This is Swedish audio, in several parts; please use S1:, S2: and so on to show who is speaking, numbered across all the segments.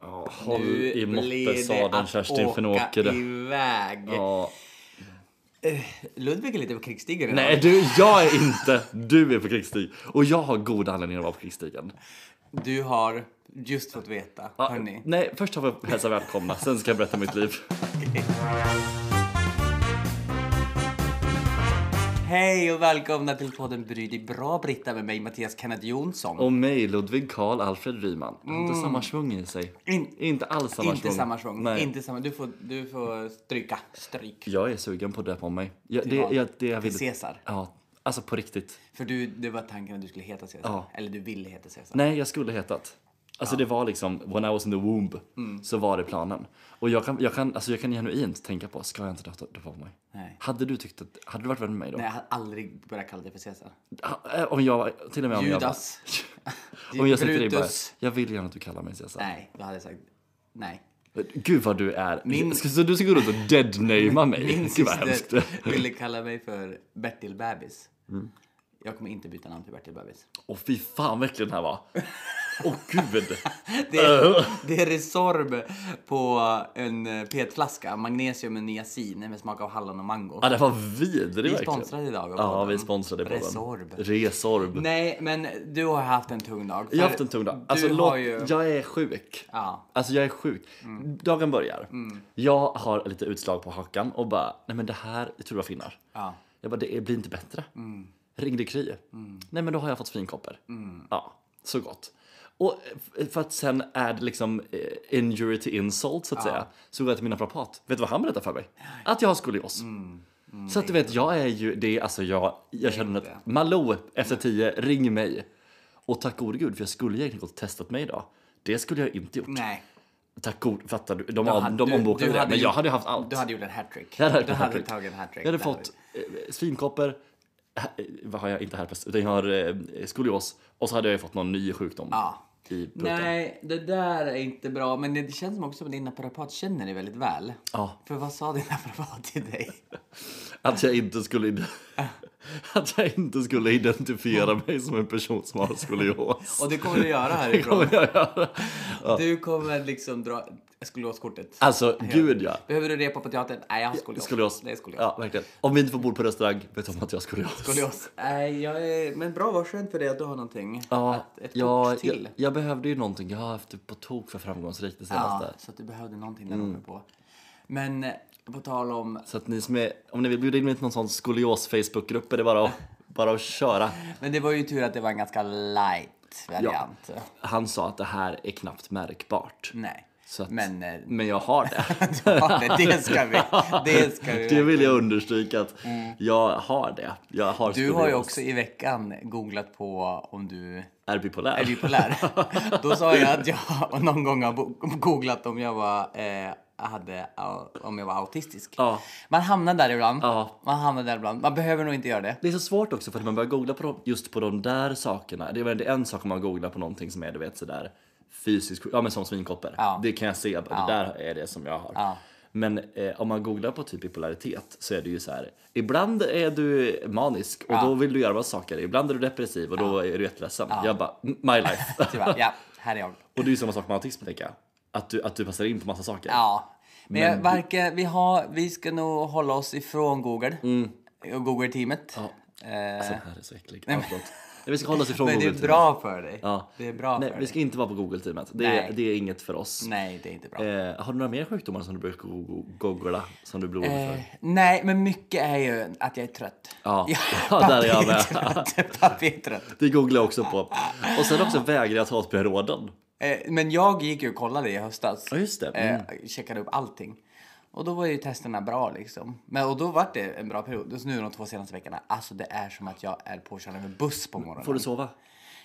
S1: håll i moppesadeln Kerstin Fenåker.
S2: iväg.
S1: Ja.
S2: Ludvig är lite på krigsstigen idag.
S1: Nej du, jag är inte. Du är på krigsstigen. Och jag har god anledning att vara på krigsstigen.
S2: Du har just fått veta,
S1: Ja,
S2: hörni.
S1: Nej, först har vi hälsa välkomna, sen ska jag berätta mitt liv.
S2: Hej och välkomna till podden Bry dig bra Britta med mig Mattias Kenneth Jonsson.
S1: Och mig, Ludvig Karl Alfred Ryman. Det har Inte samma svung i sig.
S2: In-
S1: inte alls samma
S2: inte
S1: svung.
S2: samma svung.
S1: Nej.
S2: Inte samma. Du, får, du får stryka. Stryk.
S1: Jag är sugen på att döpa om mig. Jag, det,
S2: vad?
S1: jag, det jag
S2: Till
S1: vill...
S2: Caesar.
S1: Ja, alltså på riktigt.
S2: För du, det var tanken att du skulle heta Caesar.
S1: Ja.
S2: Eller du ville heta Caesar.
S1: Nej, jag skulle hetat. Alltså det var liksom, when I was in the womb,
S2: Mm.
S1: så var det planen. Och jag kan, jag kan, alltså jag kan genuint tänka på, ska jag inte döpa döpa om mig?
S2: Nej.
S1: Hade du tyckt att, hade du varit vän med mig då?
S2: Nej, jag hade aldrig börjat kalla dig för Caesar.
S1: Ha- eh, Om jag, till och med om
S2: Judas.
S1: jag, om jag säger till dig bara,
S2: Brutus.
S1: jag vill gärna att du kallar mig Caesar.
S2: Nej, då hade jag sagt nej.
S1: Gud vad du är.
S2: Min-
S1: Ska, så du ska gå runt och deadnamea mig?
S2: Min
S1: Gud vad hemskt. Mm.
S2: syster ville kalla mig för Bertil Bebis. Jag kommer inte byta namn till Bertil Bebis.
S1: Åh fy fan vad äcklig den här var. Åh gud.
S2: Det är, det är Resorb på en eh, petflaska. Magnesium och niacin med smak av hallon och mango.
S1: Ja, det var vidrig
S2: Vi är
S1: verkligen.
S2: sponsrade idag av
S1: Ja,
S2: podden.
S1: vi är sponsrade på
S2: Resorb.
S1: Resorb.
S2: Nej, men du har haft en tung dag.
S1: Jag har haft en tung dag. Alltså,
S2: du
S1: låt,
S2: har ju...
S1: Jag är sjuk.
S2: Ja. Mm.
S1: Alltså jag är sjuk. Dagen börjar. Jag har lite utslag på hakan och bara, nej men det här, jag tror jag var finnar.
S2: ja. Mm.
S1: Jag bara, det blir inte bättre. Ringde Kry. Nej men då har jag fått svinkoppor. Ja, så gott. Och f- för att sen är det liksom eh, injury to insult så att säga. Så går jag till min naprapat. Vet du vad han berättar för mig? Att jag har skolios.
S2: Mm.
S1: så att du vet, jag är ju, det är alltså jag, jag känner
S2: det.
S1: att Malou efter tio, ring mig. Och tack gode gud för jag skulle egentligen gått och testat mig idag. Det skulle jag inte gjort.
S2: Nej.
S1: Tack god, fattar du? De,
S2: hade-
S1: de, de
S2: du-
S1: ombokade
S2: du
S1: det,
S2: hade
S1: men
S2: ju-
S1: jag hade ju haft allt.
S2: Du hade gjort en hattrick.
S1: Jag hade haft
S2: du
S1: en
S2: hade
S1: hattrick.
S2: tagit en hattrick.
S1: Jag hade
S2: där.
S1: fått eh, svinkoppor, eh, vad har jag, inte herpes, utan jag har eh, skolios och så hade jag ju fått någon ny sjukdom
S2: Ja.
S1: i pulten.
S2: Nej, det där är inte bra. Men det känns som också att din naprapat känner dig väldigt väl.
S1: Ja,
S2: För vad sa din naprapat till dig?
S1: att jag inte skulle id- att jag inte skulle identifiera mig som en person som har skolios.
S2: Och det kommer du göra
S1: Det
S2: härifrån.
S1: kommer jag göra.
S2: Du kommer liksom dra skolåskortet.
S1: Alltså, gud ja.
S2: Behöver du repa på teatern? Nej, jag har skolios.
S1: Skolios.
S2: Det är skolios.
S1: Ja, verkligen. Om vi inte får bo på restaurang, vet om att jag har skolios.
S2: Skolios. Nej, jag är... Men bra, vad skönt för dig att du har någonting.
S1: Ja,
S2: att, ett
S1: jag,
S2: kort till.
S1: Jag, jag behövde ju någonting. Jag har haft det på tok för framgångsrikt det senaste.
S2: Ja, så att du behövde någonting
S1: Mm.
S2: där uppe på. Men eh, på tal om...
S1: Så att ni som är, om ni vill bjuda in mig till någon sån skolios Facebookgrupp är det bara att, bara att köra.
S2: Men det var ju tur att det var en ganska light variant.
S1: Han sa att det här är knappt märkbart.
S2: Nej.
S1: Så att, men...
S2: Men eh,
S1: jag har det.
S2: ja, men det ska vi. Det ska vi. Mm.
S1: Det vill jag understryka att jag har det. Jag har
S2: Du har ju
S1: skolios.
S2: också i veckan googlat på om du
S1: Är bipolär.
S2: är bipolär. Då sa jag att jag någon gång har bo- googlat om jag var, eh, hade, au- om jag var autistisk.
S1: Ja.
S2: Man hamnar där ibland.
S1: Ja.
S2: Man hamnar där ibland. Man behöver nog inte göra det.
S1: Det är så svårt också för att man börjar googla på de, just på de där sakerna. Det är väl det är en sak om man googlar på någonting som är du vet sådär fysiskt, ja men som svinkoppor.
S2: Ja.
S1: Det kan jag se, bara, det där är det som jag har.
S2: Ja.
S1: Men eh, om man googlar på typ bipolaritet så är det ju så här. ibland är du manisk och då vill du göra massa saker. Ibland är du depressiv och då är du jätteledsen. Jag bara, "Mm, my life.
S2: Tyvärr. Ja, här är jag.
S1: och det är ju samma sak med autism tänker jag. Att du, att du passar in på massa saker.
S2: Ja. Men, jag, varken, vi, har, vi ska nog hålla oss ifrån Google. Och Google-teamet. Eh,
S1: Mm. Alltså den här är så äcklig. Ja, förlåt. Nej, vi ska hålla oss ifrån
S2: men det
S1: Google-teamet.
S2: är bra för dig.
S1: Ja.
S2: Det är bra
S1: Nej,
S2: för
S1: vi
S2: dig.
S1: ska inte vara på Google-teamet. Det,
S2: Nej.
S1: är- det är inget för oss.
S2: Nej, det är inte bra.
S1: Eh, har du några mer sjukdomar som du brukar go- go- googla? Som du blir orolig för?
S2: Eh, Nej, men mycket är ju att jag är trött.
S1: Ja. Ja,
S2: pappa
S1: där är jag med.
S2: trött. Pappa är trött.
S1: Det googlar jag också på. Och sen också vägrar jag ta åt mig råden.
S2: Eh, Men jag gick ju och kollade i höstas.
S1: Ja, just det. Mm.
S2: Eh, Checkade upp allting. Och då var ju testerna bra liksom. Men, och då var det en bra period. Och så nu de två senaste veckorna, alltså det är som att jag är påkörd av en buss på morgonen.
S1: Får du sova?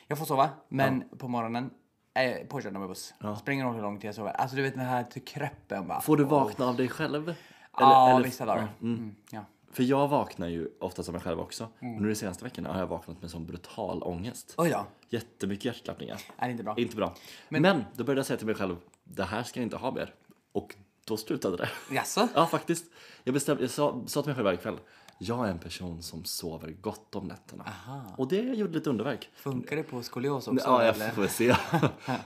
S2: Jag får sova, men på morgonen är jag påkörd av en buss. Springer roll hur lång tid jag sover. Alltså du vet den här till kröppen bara.
S1: Får du vakna av dig själv? Eller,
S2: ja,
S1: eller-
S2: vissa dagar. Mm, ja.
S1: För jag vaknar ju ofta som mig själv också. Men nu de senaste veckorna har jag vaknat med sån brutal ångest.
S2: Mm. Oj då,
S1: Jättemycket hjärtklappningar.
S2: är det inte bra?
S1: Inte bra. Men, då började jag säga till mig själv, det här ska jag inte ha mer. Och då slutade det.
S2: Jaså?
S1: Ja, faktiskt. Jag, bestämde, jag sa, sa till mig själv varje kväll, Jag är en person som sover gott om nätterna. Och det gjorde lite underverk.
S2: Funkar det på skolios också?
S1: Ja, jag
S2: eller?
S1: får se.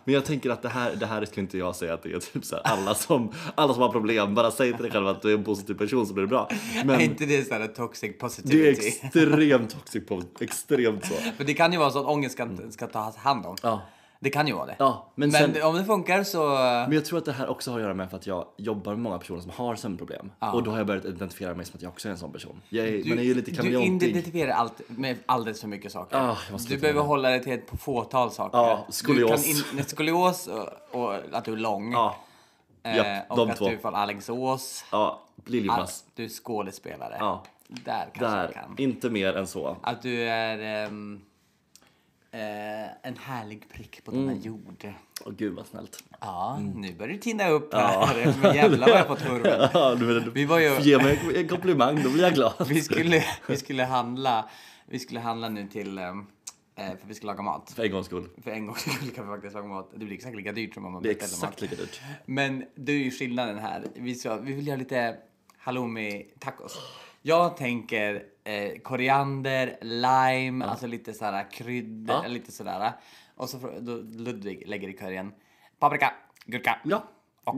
S1: Men jag tänker att det här, det här skulle inte jag säga att det är typ så här, alla, som, alla som har problem, bara säg till dig själv att du är en positiv person så blir det bra.
S2: Är
S1: Men
S2: inte det sådär toxic
S1: det är
S2: positivity?
S1: extremt toxic på, extremt så.
S2: För det kan ju vara så att ångest ska, ska tas hand om.
S1: Ja.
S2: Det kan ju vara det.
S1: Ja, men,
S2: men
S1: sen,
S2: om det funkar så...
S1: men jag tror att det här också har att göra med för att jag jobbar med många personer som har sömnproblem. Och då har jag börjat identifiera mig som att jag också är en sån person. Jag är, man är ju lite
S2: du
S1: kameleontig.
S2: identifierar allt med alldeles för mycket saker.
S1: Ah, jag måste
S2: du
S1: sluta
S2: behöver
S1: med det.
S2: hålla dig till ett fåtal saker.
S1: Ja, skolios.
S2: Du kan in, skolios och, och att du är lång.
S1: Ja,
S2: eh,
S1: japp,
S2: och
S1: de
S2: att
S1: två.
S2: du är från Alingsås.
S1: ja, Liljemas.
S2: Att du är skådespelare.
S1: Ja.
S2: Där kanske jag
S1: Där,
S2: kan.
S1: inte mer än så.
S2: Att du är ehm, eh, en härlig prick på
S1: Mm.
S2: denna jord.
S1: Åh gud vad snällt.
S2: Ja, nu börjar det tinna upp här. Men jävlar vad jag fått vurmen.
S1: Ja, du, du,
S2: Vi var ju-
S1: Ge mig en komplimang, då blir jag glad.
S2: Vi skulle, vi skulle handla, vi skulle handla nu till, ehm, eh, för vi ska laga mat.
S1: För en gångs skull.
S2: För en gång skulle kan vi faktiskt laga mat. Det blir exakt lika dyrt som om man
S1: Det är
S2: beställer
S1: exakt lika dyrt.
S2: mat. Men det är ju skillnaden här. Vi, ska, vi vill göra lite halloumi tacos. Jag tänker eh, koriander, lime, alltså lite sådär kryddor,
S1: Ja.
S2: lite sådär. Och så frå- då Ludvig lägger i curryn paprika, gurka
S1: Ja.
S2: och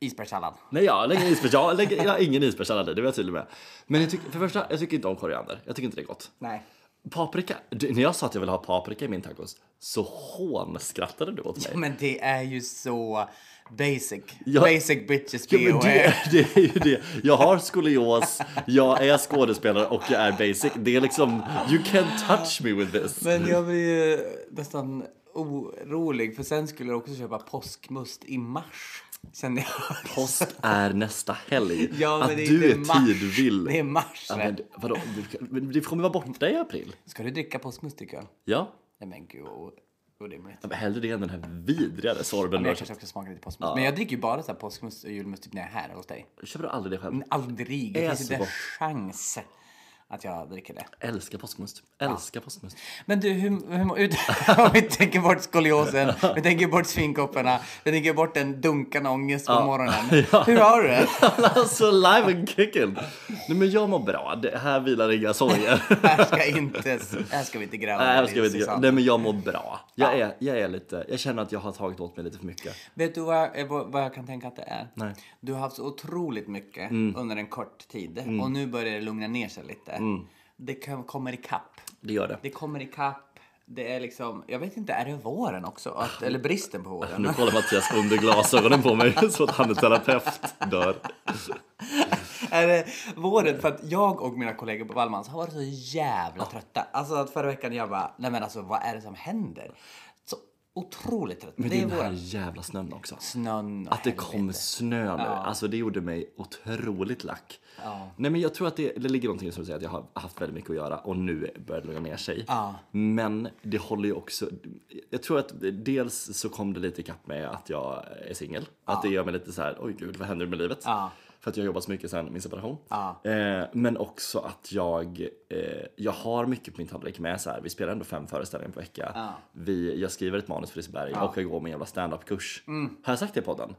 S2: isbergssallad.
S1: Nej, jag lägger isberg. Jag lägger jag har ingen isbergssallad i, det var jag tydlig med. Men jag tycker, för det första, jag tycker inte om koriander. Jag tycker inte det är gott.
S2: Nej.
S1: Paprika. Du, när jag sa att jag ville ha paprika i min tacos så hånskrattade du åt mig.
S2: Men det är ju så basic.
S1: Ja.
S2: Basic bitches
S1: Ja, men det,
S2: BOA.
S1: det är ju det. Jag har skolios, jag är skådespelare och jag är basic. Det är liksom, you can't touch me with this.
S2: Men jag blir ju nästan orolig för sen skulle jag också köpa påskmust i mars. Kände jag.
S1: Påsk är nästa helg.
S2: Ja, men
S1: att
S2: det är
S1: du
S2: inte
S1: är
S2: mars.
S1: tidvill.
S2: Det är mars.
S1: Ja,
S2: va?
S1: men, vadå? Du, men det kommer vara borta i april.
S2: Ska du dricka påskmust ikväll?
S1: Ja.
S2: Nej men gud vad orimligt.
S1: Ja, men Hellre det än den här vidrigare sorben
S2: Men
S1: du har
S2: jag
S1: köpt.
S2: kanske också smakar lite påskmust. Men jag dricker ju bara så här påskmust och julmust typ när jag är här hos dig.
S1: Köper du aldrig det själv?
S2: Men aldrig.
S1: Är
S2: Det finns
S1: så
S2: inte en
S1: gott.
S2: chans att jag dricker det.
S1: Älskar påskmust. Älskar påskmust.
S2: Men du, hur, hur mår ut? Om vi tänker bort skoliosen, vi tänker bort svinkopparna, vi tänker bort den dunkande ångest på morgonen. Hur har du det?
S1: alltså live and kicking. Nej men jag mår bra. Det här vilar inga sorger.
S2: Här ska, inte, här ska vi inte gräva.
S1: Nej,
S2: i,
S1: jag ska inte
S2: Susanne.
S1: Nej men jag mår bra. Jag är, jag är lite, jag känner att jag har tagit åt mig lite för mycket.
S2: Vet du vad jag, eh, vad, vad jag kan tänka att det är?
S1: Nej. Mm.
S2: Du har haft så otroligt mycket under en kort tid och nu börjar det lugna ner sig lite.
S1: Mm.
S2: Det kan, kommer ikapp.
S1: Det gör det.
S2: Det kommer ikapp. Det är liksom, jag vet inte, är det våren också? Att, eller bristen på våren?
S1: Nu kollar Mattias under glasögonen på mig så att han är terapeut dör.
S2: är det våren? För att jag och mina kollegor på Wallmans har varit så jävla trötta. Alltså att förra veckan jag bara, nej men alltså vad är det som händer? Så otroligt trött.
S1: Men
S2: det är
S1: den här
S2: våren.
S1: jävla snön också.
S2: Snön och
S1: Att det
S2: helvete.
S1: kom snö nu, alltså det gjorde mig otroligt lack. Nej men jag tror att det, det ligger någonting i som du säger att jag har haft väldigt mycket att göra och nu börjar det lugna ner sig. Men det håller ju också, jag tror att dels så kom det lite ikapp med att jag är singel. Att det gör mig lite så här: oj gud vad händer med livet?
S2: Ja.
S1: För att jag har jobbat så mycket sedan min separation.
S2: Ja.
S1: Eh, men också att jag, eh, jag har mycket på min tallrik med så här, vi spelar ändå fem föreställningar per vecka. Vi, jag skriver ett manus för Liseberg och jag går min jävla standup-kurs.
S2: Mm.
S1: Har jag sagt det i podden?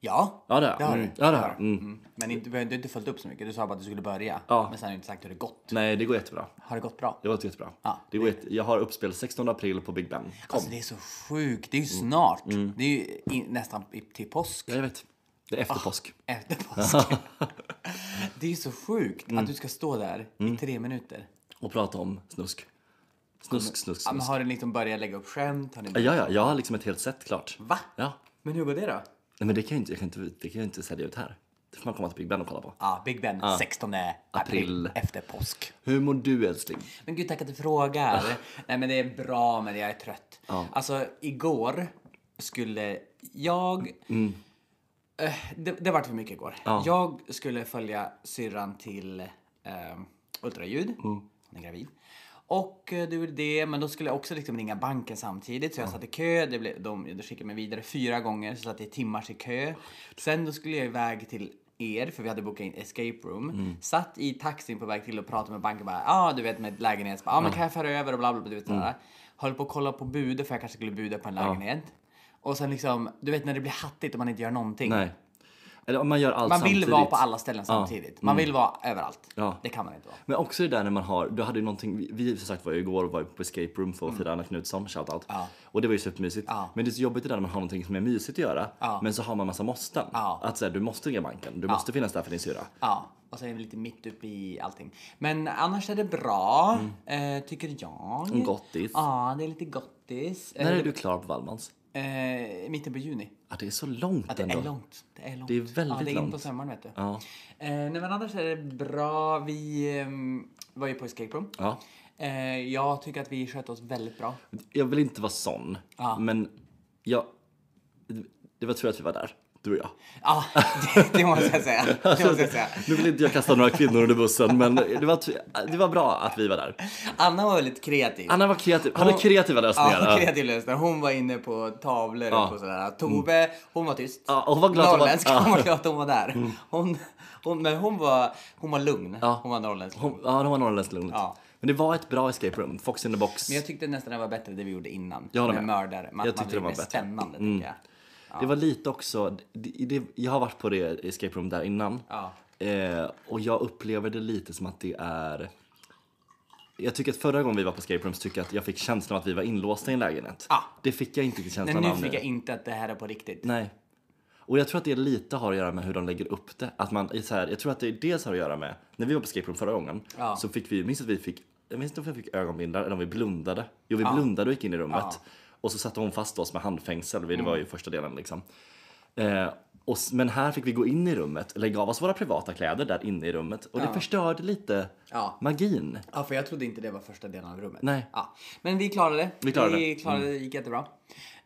S2: Ja,
S1: Ja, det har
S2: det
S1: jag.
S2: har
S1: Mm.
S2: du.
S1: Ja, det har jag.
S2: Mm. Men inte, du har inte följt upp så mycket. Du sa bara att du skulle börja.
S1: Ja.
S2: Men sen har du inte sagt hur det gått.
S1: Nej, det går jättebra.
S2: Har det gått bra?
S1: Det var jättebra.
S2: Ja.
S1: det går jätte... Jag har uppspel 16 april på Big Ben. Kom. Mm.
S2: Alltså det är så sjukt. Det är ju snart. Det är ju i, nästan i, till påsk.
S1: Ja, jag vet. Ah. Det är efter påsk.
S2: Efter påsk. det är ju så sjukt
S1: Mm.
S2: att du ska stå där i tre minuter.
S1: Och prata om snusk. Snusk, snusk,
S2: Ja, men
S1: snusk.
S2: har du liksom börjat lägga upp skämt? Har ni...
S1: Ja, ja, jag har liksom ett helt set klart.
S2: Va?
S1: Ja.
S2: Men hur går det då?
S1: Nej, men det kan jag inte, jag kan inte, det kan jag inte sälja ut här. Det får man komma till Big Ben och kolla på.
S2: Ja, Big Ben 16 april,
S1: April.
S2: efter påsk.
S1: Hur mår du älskling?
S2: Men gud, tack att du frågar. Nej, men det är bra, men jag är trött. Alltså, igår skulle jag... Eh, det, det vart för mycket igår. Jag skulle följa syrran till eh, ultraljud. Hon är gravid. Och eh, det gjorde det, men då skulle jag också liksom ringa banken samtidigt. Så jag satt i kö, det blev, de, de skickade mig vidare fyra gånger, så satt jag i timmars i kö. Sen då skulle jag iväg till er, för vi hade bokat in escape room. Satt i taxin på väg till och pratade med banken bara, ja ah, du vet med lägenhet, ja ah, men kan jag föra över och bla bla bla. Du vet, sådär. Höll på att kolla på budet för jag kanske skulle buda på en lägenhet. Och sen liksom, du vet när det blir hattigt och man inte gör någonting.
S1: Nej. Eller om man gör allt
S2: Man vill
S1: samtidigt. Mm.
S2: vara på alla ställen samtidigt. Man vill vara överallt.
S1: Ja.
S2: Det kan man inte vara.
S1: Men också det där när man har, du hade ju någonting, vi- vi som sagt var ju igår och var på escape room för att fira Anna Knutsson, shoutout. Och det var ju supermysigt.
S2: Ja.
S1: Men det är så jobbigt det där när man har någonting som är mysigt att göra, men så har man massa måsten.
S2: Ja.
S1: Att säga du måste ringa banken, du måste finnas där för din syra.
S2: Ja, och så är vi lite mitt uppe i allting. Men annars är det bra, eh, tycker jag.
S1: Mm. Gottis.
S2: Ja, det är lite gottis.
S1: När är du klar på Wallmans?
S2: Eh, eh, mitten på juni.
S1: Ja, det är så långt
S2: Det
S1: ändå.
S2: är långt. Det är långt.
S1: Det är väldigt
S2: ja, det är in på
S1: långt.
S2: sommaren vet du.
S1: Ja.
S2: Eh, nej, men annars är det bra. Vi ehm, var ju på escape room.
S1: Ja.
S2: Eh, jag tycker att vi skötte oss väldigt bra.
S1: Jag vill inte vara sån, men jag... Det var tur att vi var där, du och jag.
S2: Ja, det, det måste jag säga. Det måste jag säga.
S1: Nu vill inte jag kasta några kvinnor under bussen, men det var, tu- det var bra att vi var där.
S2: Anna var väldigt kreativ.
S1: Anna var kreativ, hade kreativa lösningar.
S2: Ja, kreativ lösning. Hon var inne på
S1: Ja.
S2: tavlor
S1: Mm.
S2: och på sådär. Tove, hon var tyst.
S1: Ja, och hon var glad att hon var-
S2: norrländsk,
S1: ja. Mm.
S2: hon var glad att hon var där. Hon, hon, men hon var, hon var lugn.
S1: Ja.
S2: Hon var norrländsk.
S1: Hon, ja, de var norrländskt lugnt.
S2: Ja.
S1: Men det var ett bra escape room. Fox in the box.
S2: Men jag tyckte nästan det var bättre det vi gjorde innan.
S1: Jag håller
S2: med
S1: med.
S2: mördare. Man,
S1: Jag tyckte
S2: man
S1: det var
S2: blir mer
S1: bättre. Mm.
S2: spännande tycker jag.
S1: Det var lite också... Det, det, jag har varit på det escape room där innan.
S2: Ja.
S1: Eh, och jag upplever det lite som att det är... Jag tycker att förra gången vi var på escape room så tycker jag att jag fick känslan av att vi var inlåsta i en lägenhet.
S2: Ja.
S1: Det fick jag inte känslan
S2: Nej, nu
S1: av
S2: fick jag inte att det här är på riktigt.
S1: Nej. Och jag tror att det lite har att göra med hur de lägger upp det. Att man, är så här, jag tror att det dels har att göra med, när vi var på escape room förra gången,
S2: Ja.
S1: så fick vi, minns att vi fick, jag minns inte om vi fick ögonbindlar eller om vi blundade. Jo, vi blundade och gick in i rummet. Och så satte hon fast oss med handfängsel, det var ju
S2: Mm.
S1: första delen liksom. Eh, och, s- men här fick vi gå in i rummet, lägga av oss våra privata kläder där inne i rummet. Och det förstörde lite
S2: Ja.
S1: magin.
S2: Ja, för jag trodde inte det var första delen av rummet.
S1: Nej.
S2: Ja. Men vi klarade det.
S1: Vi klarade
S2: vi
S1: det. Mm.
S2: klarade det. gick jättebra.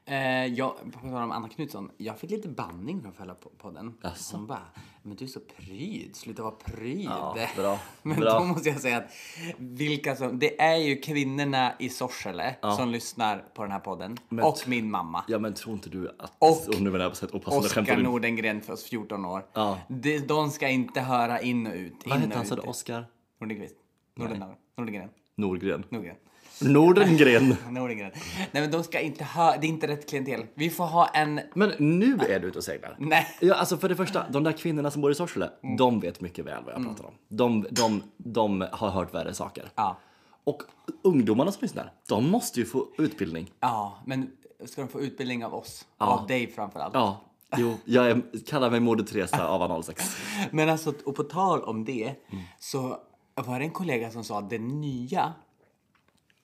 S2: Eh, jag, på tal om Anna Knutsson, jag fick lite banning från förra po- podden.
S1: Jaså?
S2: Hon bara, men du är så pryd, sluta vara pryd.
S1: Ja, bra,
S2: men
S1: bra.
S2: då måste jag säga att vilka som, det är ju kvinnorna i Sorsele som lyssnar på den här podden. och min mamma.
S1: Ja men tror inte du att,
S2: Och-
S1: och nu menar jag på sätt opassande skämt
S2: Oskar
S1: om din...
S2: Nordengren, för oss 14 år.
S1: Ja.
S2: De, de ska inte höra in och ut.
S1: Vad
S2: in
S1: hette
S2: och
S1: han sa
S2: ut.
S1: du? Oskar?
S2: Nordenqvist. Nordengren. Nordengren.
S1: Norgren.
S2: Nordengren.
S1: Nordengren.
S2: Nordengren. Nej men de ska inte ha, det är inte rätt klientel. Vi får ha en,
S1: Men nu är du ute och seglar.
S2: Nej. Mm.
S1: Ja, alltså för det första, de där kvinnorna som bor i Sorsele, de vet mycket väl vad jag pratar om. De, de, de har hört värre saker.
S2: ja,
S1: Och ungdomarna som lyssnar, de måste ju få utbildning.
S2: ja men ska de få utbildning av oss? Av dig framförallt.
S1: Ja, jo, jag är, kallar mig Moder Teresa av 06.
S2: Men alltså, och på tal om det
S1: Mm.
S2: så var det en kollega som sa att det nya,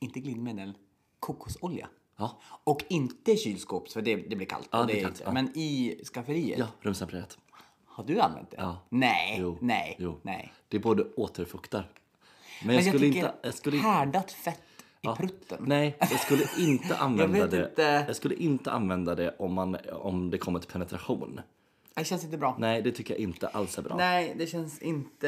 S2: inte glidmedel, kokosolja.
S1: Ja.
S2: Och inte kylskåps för det, det blir kallt. och
S1: det
S2: det
S1: är
S2: är
S1: kallt,
S2: inte-
S1: ja.
S2: Men i skafferiet,
S1: Ja, rumstempererat.
S2: har du använt det?
S1: Ja.
S2: Nej,
S1: Jo,
S2: nej,
S1: jo.
S2: nej.
S1: Det både återfuktar. Men jag,
S2: Men jag,
S1: skulle
S2: tycker
S1: inte... Jag skulle inte
S2: härdat fett i prutten.
S1: Nej, jag skulle inte använda
S2: vet
S1: det.
S2: inte.
S1: Jag skulle inte använda det om, man, om det kommer till penetration.
S2: Det känns inte bra.
S1: Nej, det tycker jag inte alls är bra.
S2: Nej, det känns inte...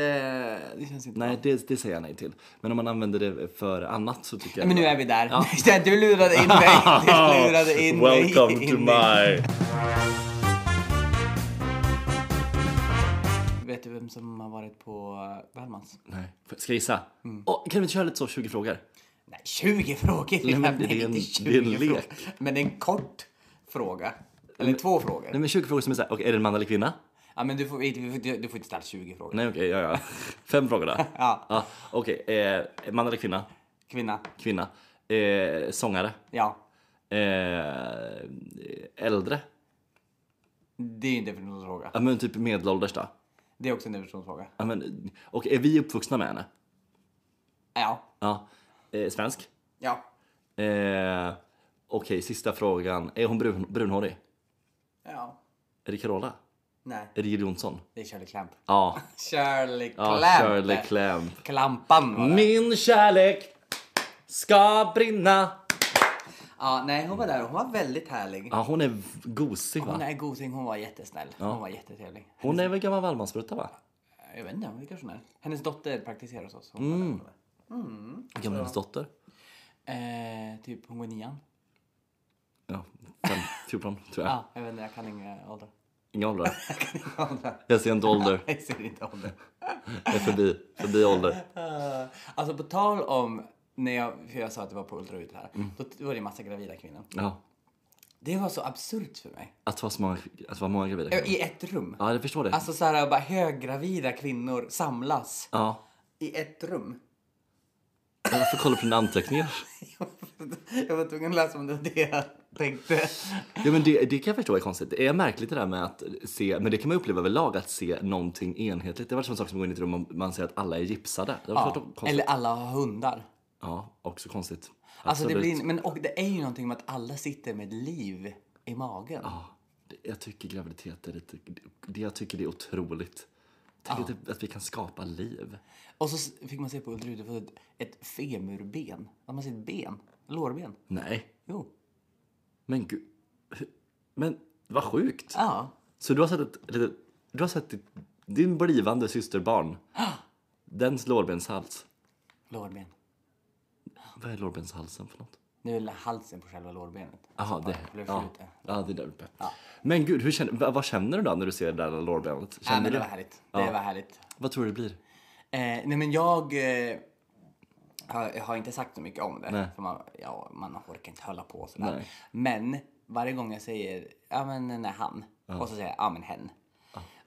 S2: Det känns inte
S1: Nej, det, det säger jag nej till. Men om man använder det för annat så tycker jag...
S2: Men nu är vi där. du lurade in mig. Du lurade in mig.
S1: Welcome to
S2: in
S1: my...
S2: mig. Vet du vem som har varit på eh, Wallmans?
S1: Nej, ska jag gissa?
S2: Mm.
S1: Åh, kan vi inte köra lite så 20 frågor?
S2: Nej, 20 frågor!
S1: Nej, men det är
S2: inte
S1: en- det är en
S2: 20 frågor.
S1: lek.
S2: Men det är en kort fråga. Eller två frågor.
S1: Nej men 20 frågor som är såhär, okej är det en man eller kvinna?
S2: Ja, men du får, du, får- du får inte ställa 20 frågor.
S1: Nej okej, ja ja. Fem frågor då.
S2: Ja.
S1: okej, eh, man eller kvinna?
S2: Kvinna.
S1: Kvinna. Eh, sångare?
S2: Ja.
S1: Eh, äldre?
S2: Det är ju en definitionsfråga.
S1: Ja men typ medelålders då?
S2: Det är också en definitionsfråga.
S1: Ja, men, och är vi uppvuxna med henne?
S2: Ja.
S1: Ja. Eh, svensk?
S2: Ja.
S1: Eh, Okej, sista frågan. Är hon brun, brunhårig?
S2: Ja.
S1: Är det Carola?
S2: Nej.
S1: Är det Jill Johnson?
S2: Det är Shirley Clamp.
S1: Ja.
S2: Shirley
S1: ja
S2: Clamp!
S1: Shirley Clamp.
S2: Klampan var det.
S1: Min kärlek ska brinna.
S2: Ja, nej, hon var där och hon var väldigt härlig.
S1: Ja, hon är v- gosig
S2: Hon
S1: va?
S2: är gosing, hon var jättesnäll. Hon var jättetrevlig.
S1: Hon är väl gammal Wallmansbrutta va?
S2: Jag vet inte, hon kanske hon är. Hennes dotter praktiserar hos oss. Hon var där och kollade.
S1: Gammal hennes dotter?
S2: eh, typ hon går i nian.
S1: Ja, fem, 14 tror jag.
S2: Ja, jag vet inte, jag kan inga ålder.
S1: Ingen ålder.
S2: Inga åldrar.
S1: Jag ser inte ålder.
S2: Jag ser inte ålder.
S1: Jag är förbi. Förbi ålder.
S2: Eh, alltså på tal Mm. om när jag, för jag sa att det var på ultraljud här. Då var det en massa gravida kvinnor.
S1: Ja.
S2: Det var så absurt för mig.
S1: Att vara, så många, att vara många gravida
S2: Ö,
S1: kvinnor.
S2: I ett rum.
S1: Ja, jag förstår det.
S2: Alltså så här, bara höggravida kvinnor samlas
S1: Ja.
S2: i ett rum.
S1: Men Varför kollar du på dina anteckningar?
S2: Jag var tvungen att läsa om det, det jag tänkte.
S1: Ja, men det, det kan jag förstå är konstigt. Det är märkligt det där med att se, men det kan man uppleva överlag, att se någonting enhetligt. Det var som en sak som går in i ett rum och man ser att alla är gipsade. Det var förstås konstigt.
S2: Eller alla har hundar.
S1: Ja, också konstigt.
S2: Alltså det
S1: Absolut.
S2: blir, men, och det är ju någonting med att alla sitter med liv i magen.
S1: Ja, det- jag tycker graviditet är lite... Det, jag tycker det är otroligt. Tänk att, det- att vi kan skapa liv.
S2: Och så s- fick man se på ultraljudet för ett, ett femurben. Att man ser ett ben. Lårben.
S1: Nej,
S2: Jo.
S1: men gud. hur- Men vad sjukt.
S2: Ja.
S1: Så du har sett ett litet... Du har sett ditt, din blivande systerbarn. Dens lårbenshals.
S2: Lårben.
S1: Vad är lårbenshalsen för något?
S2: Nu är halsen på själva lårbenet.
S1: Jaha, det.
S2: blev
S1: Ja.
S2: slut där.
S1: ja, det är där uppe. Men gud, hur känner, vad vad känner du då när du ser det där lårbenet?
S2: Ja,
S1: Känner
S2: men det
S1: du,
S2: var härligt. Det var härligt.
S1: vad tror du det blir?
S2: Eh, nej men jag eh, har, jag har inte sagt så mycket om det.
S1: Nej.
S2: För man, ja, man orkar inte hålla på sådär.
S1: Nej.
S2: Men varje gång jag säger ja men nej, han och så säger jag ja men hen.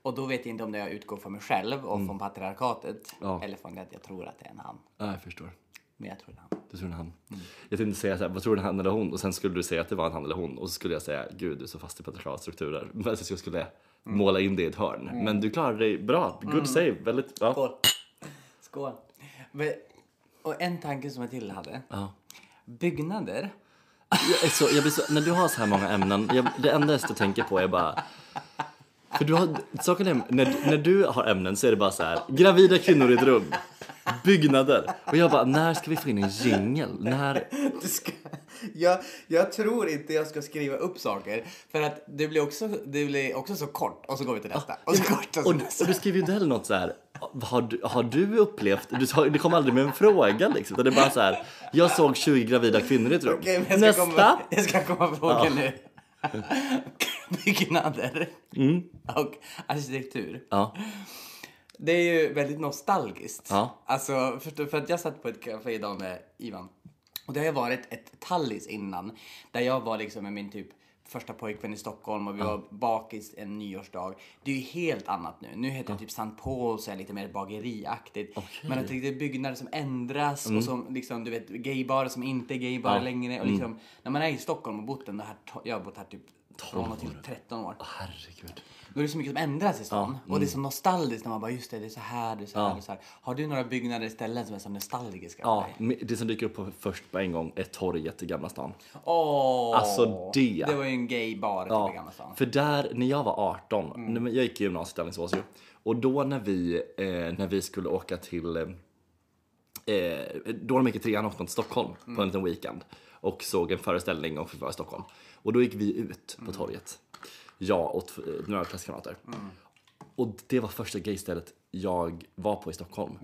S2: Och då vet jag inte om det jag utgår från mig själv och från patriarkatet.
S1: Mm. Ja.
S2: Eller från det att jag tror att det är en han.
S1: Ja, jag förstår.
S2: Men jag tror det är han.
S1: Du tror det är han.
S2: Mm.
S1: Jag tänkte säga så här, vad tror du han eller hon? Och sen skulle du säga att det var en han eller hon. Och så skulle jag säga, gud du är så fast i patriarkala strukturer. Men alltså, jag skulle
S2: Mm.
S1: måla in det i ett hörn. Men du klarade dig bra. Good save. Väldigt, ja.
S2: Skål! Skål! Men, och en tanke som jag till hade.
S1: ja.
S2: Byggnader.
S1: Jag, är så, jag blir så, när du har så här många ämnen, jag, det enda jag tänker på är bara för du har, saken är, när, när du har ämnen så är det bara så här, gravida kvinnor i ett rum, byggnader. Och jag bara, när ska vi få in en jingel? När?
S2: Du ska, jag, jag tror inte jag ska skriva upp saker för att det blir också, det blir också så kort och så går vi till nästa. Och så kort och
S1: Och,
S2: så
S1: och
S2: nästa.
S1: du skrev ju Dell något så här. Har du, har du upplevt, du, sa- du kom aldrig med en fråga liksom. Utan det är bara så här. Jag såg 20 gravida kvinnor i ett rum.
S2: Okej, men jag,
S1: Nästa!
S2: ska komma, jag ska komma frågan nu. Byggnader
S1: Mm.
S2: och arkitektur.
S1: Ja,
S2: Det är ju väldigt nostalgiskt.
S1: Ja.
S2: Alltså, förstå- för att jag satt på ett café idag med Ivan. Och det har ju varit ett tallis innan. Där jag var liksom med min typ första pojkvän i Stockholm och vi var bakis en nyårsdag. Det är ju helt annat nu. Nu heter det typ St. Pauls och är lite mer bageriaktigt. Men jag tänkte byggnader som ändras och som liksom, du vet, gaybarer som inte är gaybarer längre. Och liksom, när man är i Stockholm och bott ändå här, to- jag har bott här typ 12 år. till 13 år.
S1: herregud.
S2: Då är det så mycket som ändras i stan. Och
S1: mm.
S2: det är så nostalgiskt när man bara just det, det är så här, det är så här, det är så här. Har du några byggnader ställen som är så nostalgiska? för
S1: Ja,
S2: dig?
S1: men det som dyker upp på först på en gång är torget i Gamla stan.
S2: Åh!
S1: Alltså, det.
S2: Det var ju en gaybar ja. i Gamla stan.
S1: För där, när jag var 18, när- men jag gick i gymnasiet i Alingsås ju. Och då när vi, eh, när vi skulle åka till, eh, eh, då när de gick i trean åkte de till Stockholm på en liten weekend. Och såg en föreställning och fick vara i Stockholm. Och då gick vi ut på torget. Jag och t- eh, några klasskamrater. Och det var första gaystället jag var på i Stockholm.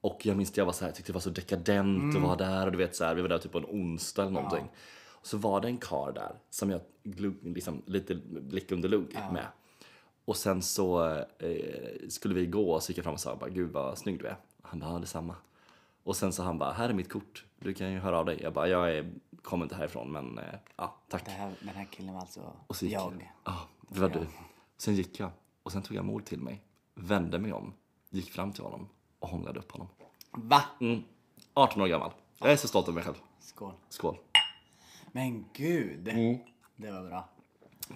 S1: Och jag minns att jag var så här, tyckte det var så dekadent att vara där. Och du vet så här, vi var där typ på en onsdag eller någonting. Och så var det en kar där som jag glugg, liksom, lite blick under lugg med. Och sen så eh, skulle vi gå och så gick jag fram och sa bara, gud vad snygg du är. Han bara, ja detsamma. Och sen så han bara, här är mitt kort. Du kan ju höra av dig. Jag bara, jag är, kommer inte härifrån men eh, ja, tack.
S2: Det här, den här killen var alltså
S1: Och så gick jag.
S2: jag.
S1: Ja, det var du. Sen gick jag. Och sen tog jag mod till mig, vände mig om, gick fram till honom och hånglade upp honom.
S2: Va?
S1: 18 år gammal. Jag är så stolt över mig själv.
S2: Skål.
S1: Skål.
S2: Men gud!
S1: Mm.
S2: Det var bra.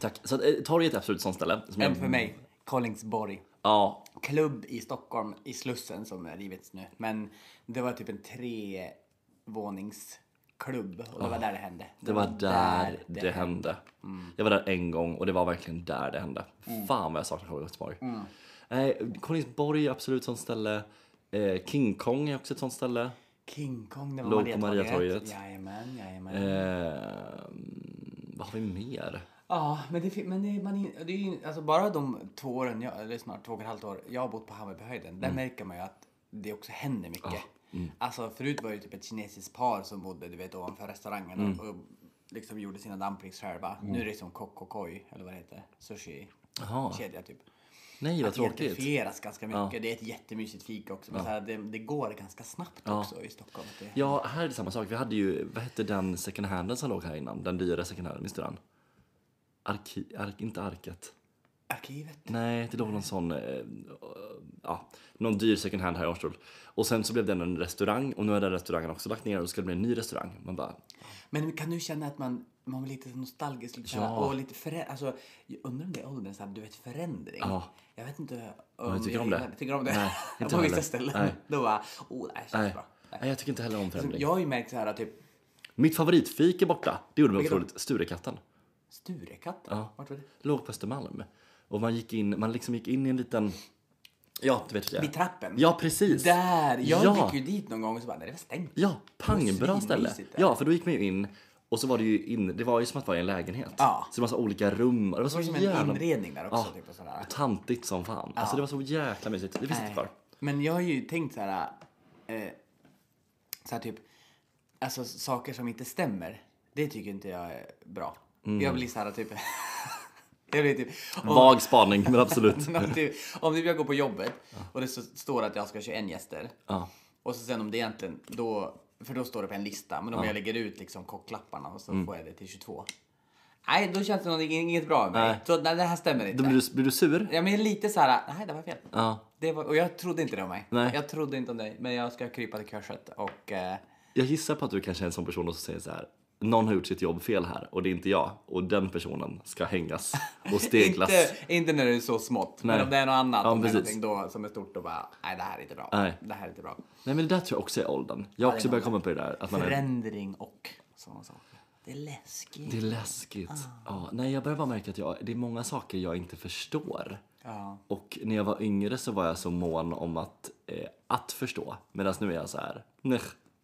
S1: Tack. Så att, eh, torget är absolut ett sånt ställe. Som
S2: En
S1: jag,
S2: för mig, Kolingsborg.
S1: ja,
S2: Klubb i Stockholm, i Slussen som har rivits nu. Men det var typ en trevåningsklubb och det var där det hände.
S1: det var Mm. där det, hände. Mm. Jag var där en gång och det var verkligen där det hände. Fan vad jag saknar Kolingsborg. Eh, Kolingsborg är absolut ett sånt ställe. Eh, King Kong är också ett sånt ställe.
S2: King Kong, det var
S1: Låg på
S2: Mariatorget.
S1: Mariatorget.
S2: Jajamän, jajamän.
S1: Eh, vad har vi mer?
S2: Ja, men det, fin- men det, man, in- det är ju alltså bara de två åren, jag, eller snart två och ett halvt år, jag har bott på Hammarbyhöjden.
S1: Mm.
S2: Där märker man ju att det också händer mycket. Alltså förut var det ju typ ett kinesiskt par som bodde du vet ovanför restaurangen och-
S1: Mm.
S2: och liksom gjorde sina dumplings själva. Nu är det som kockokoj, eller vad det heter, sushi.
S1: Jaha.
S2: Kedja typ.
S1: Nej vad
S2: Det
S1: tråkigt.
S2: gentrifieras ganska mycket. Det är ett jättemysigt fika också. Men så här, det, det går ganska snabbt också i Stockholm. att Det,
S1: Ja, här är det samma sak. Vi hade ju, vad hette den second handen som låg här innan? Den dyra second handen, minns du den? Arki, ark, inte Arket.
S2: Arkivet?
S1: Nej, det låg någon sån, eh, eh, ja, någon dyr second hand här i Årstol. Och sen så blev den en restaurang och nu har den restaurangen också lagt ner och då ska det bli en ny restaurang. Man bara,
S2: Men kan du känna att man, man blir lite nostalgisk lite så här,
S1: Ja.
S2: och lite förä- alltså, jag undrar om det är åldern, så här, du vet förändring.
S1: Ja.
S2: Jag vet inte om
S1: Men tycker
S2: jag
S1: om det?
S2: gillar Tycker om det?
S1: Nej, inte jag
S2: På vissa
S1: heller.
S2: ställen.
S1: Nej.
S2: Då bara, oh, det här känns
S1: nej,
S2: bra.
S1: nej, jag tycker inte heller om förändring.
S2: Alltså, Jag har ju märkt så här typ
S1: Mitt favoritfik är borta. Det gjorde mig
S2: Vilket då?
S1: otroligt. Sturekatten.
S2: Sturekatten.
S1: Ja.
S2: Vart var det?
S1: Låg på Östermalm. Och man gick in, man liksom gick in i en liten... Ja, du vet
S2: Vid
S1: vilka.
S2: trappen?
S1: Ja, precis.
S2: Där! Jag
S1: Ja.
S2: gick ju dit någon gång och så bara, nej, det var stängt.
S1: Ja,
S2: Det var
S1: pangbra ställe.
S2: svinmysigt där.
S1: Ja, för då gick man ju in och så var det ju in, det var ju som att vara i en lägenhet.
S2: Ja.
S1: Så det var massa olika rum. och Det var
S2: Det var
S1: så
S2: som en
S1: jävla...
S2: inredning där också.
S1: Ja.
S2: Typ, och sådär.
S1: Tantigt som fan. Alltså det var så jäkla mysigt. Det finns inte kvar.
S2: Men jag har ju tänkt så här, eh, så här typ, alltså saker som inte stämmer, det tycker inte jag är bra.
S1: Mm.
S2: Jag blir så här typ, jag blir typ, om,
S1: Vag spaning, men absolut.
S2: om typ, om typ jag går på jobbet och det så, står att jag ska ha 21 gäster
S1: Ja.
S2: och så sen om det egentligen, då, för då står det på en lista, men om jag lägger ut liksom kocklapparna och så
S1: Mm.
S2: får jag det till 22. Nej, då känns det något, inget bra med mig.
S1: Nej.
S2: Så nej, det här stämmer inte.
S1: Då blir du, blir du sur?
S2: Ja, men jag är lite så här, nej det var fel.
S1: Ja.
S2: Det var, och jag trodde inte det om mig.
S1: Nej.
S2: Jag trodde inte om dig, men jag ska krypa till korset och... Eh,
S1: Jag gissar på att du kanske är en sån person som säger så här. Någon har gjort sitt jobb fel här och det är inte jag. Och den personen ska hängas och steglas.
S2: inte, inte när det är så smått, men
S1: Nej.
S2: om det är något annat,
S1: Ja,
S2: om det är
S1: precis.
S2: någonting då som är stort, då bara, nej det här är inte bra.
S1: Nej.
S2: Det här är inte bra.
S1: Nej men det där tror jag också är åldern. Jag har också börjat komma på det där. Att man är,
S2: Förändring och sådana saker. Det är läskigt.
S1: det är läskigt. Ja, nej jag börjar bara märka att jag, det är många saker jag inte förstår.
S2: Ja.
S1: Och när jag var yngre så var jag så mån om att, eh, att förstå. Medan nu är jag så här, nej,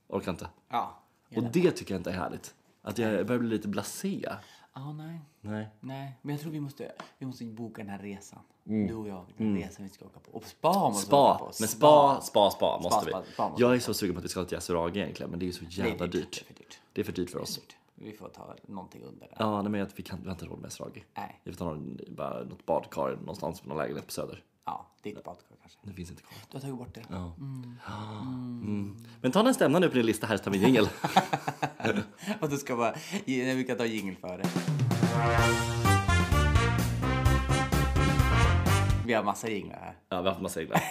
S1: orkar inte.
S2: Ja.
S1: Och det tycker jag inte är härligt. Att jag börjar bli lite blasé.
S2: Ja, nej.
S1: Nej.
S2: Nej, men jag tror vi måste, vi måste boka den här resan. Du och jag, den resan vi ska åka på. Och spa måste vi
S1: Mm. Spa,
S2: åka på.
S1: men spa, spa, spa måste
S2: spa,
S1: vi.
S2: spa måste
S1: Jag är så sugen på att vi ska till Yasuragi egentligen men det är ju så jävla
S2: Det är dyrt,
S1: dyrt.
S2: det är för dyrt.
S1: Det är för dyrt för oss.
S2: Vi får ta någonting under det.
S1: Ja, nej, men jag, vi, kan, vi har inte råd med Yasuragi.
S2: Nej.
S1: Vi får ta någon, bara något badkar någonstans på någon lägenhet på Söder.
S2: Ja, ditt badkar kanske.
S1: Det finns inte kvar.
S2: Du har tagit bort det.
S1: Ja. Mm. Men ta den stämman nu på din lista här så tar vi en jingel.
S2: Och det ska vara, nej, vi kan ta jingel för det. Vi har massa jinglar här.
S1: Ja, vi har haft massa jinglar.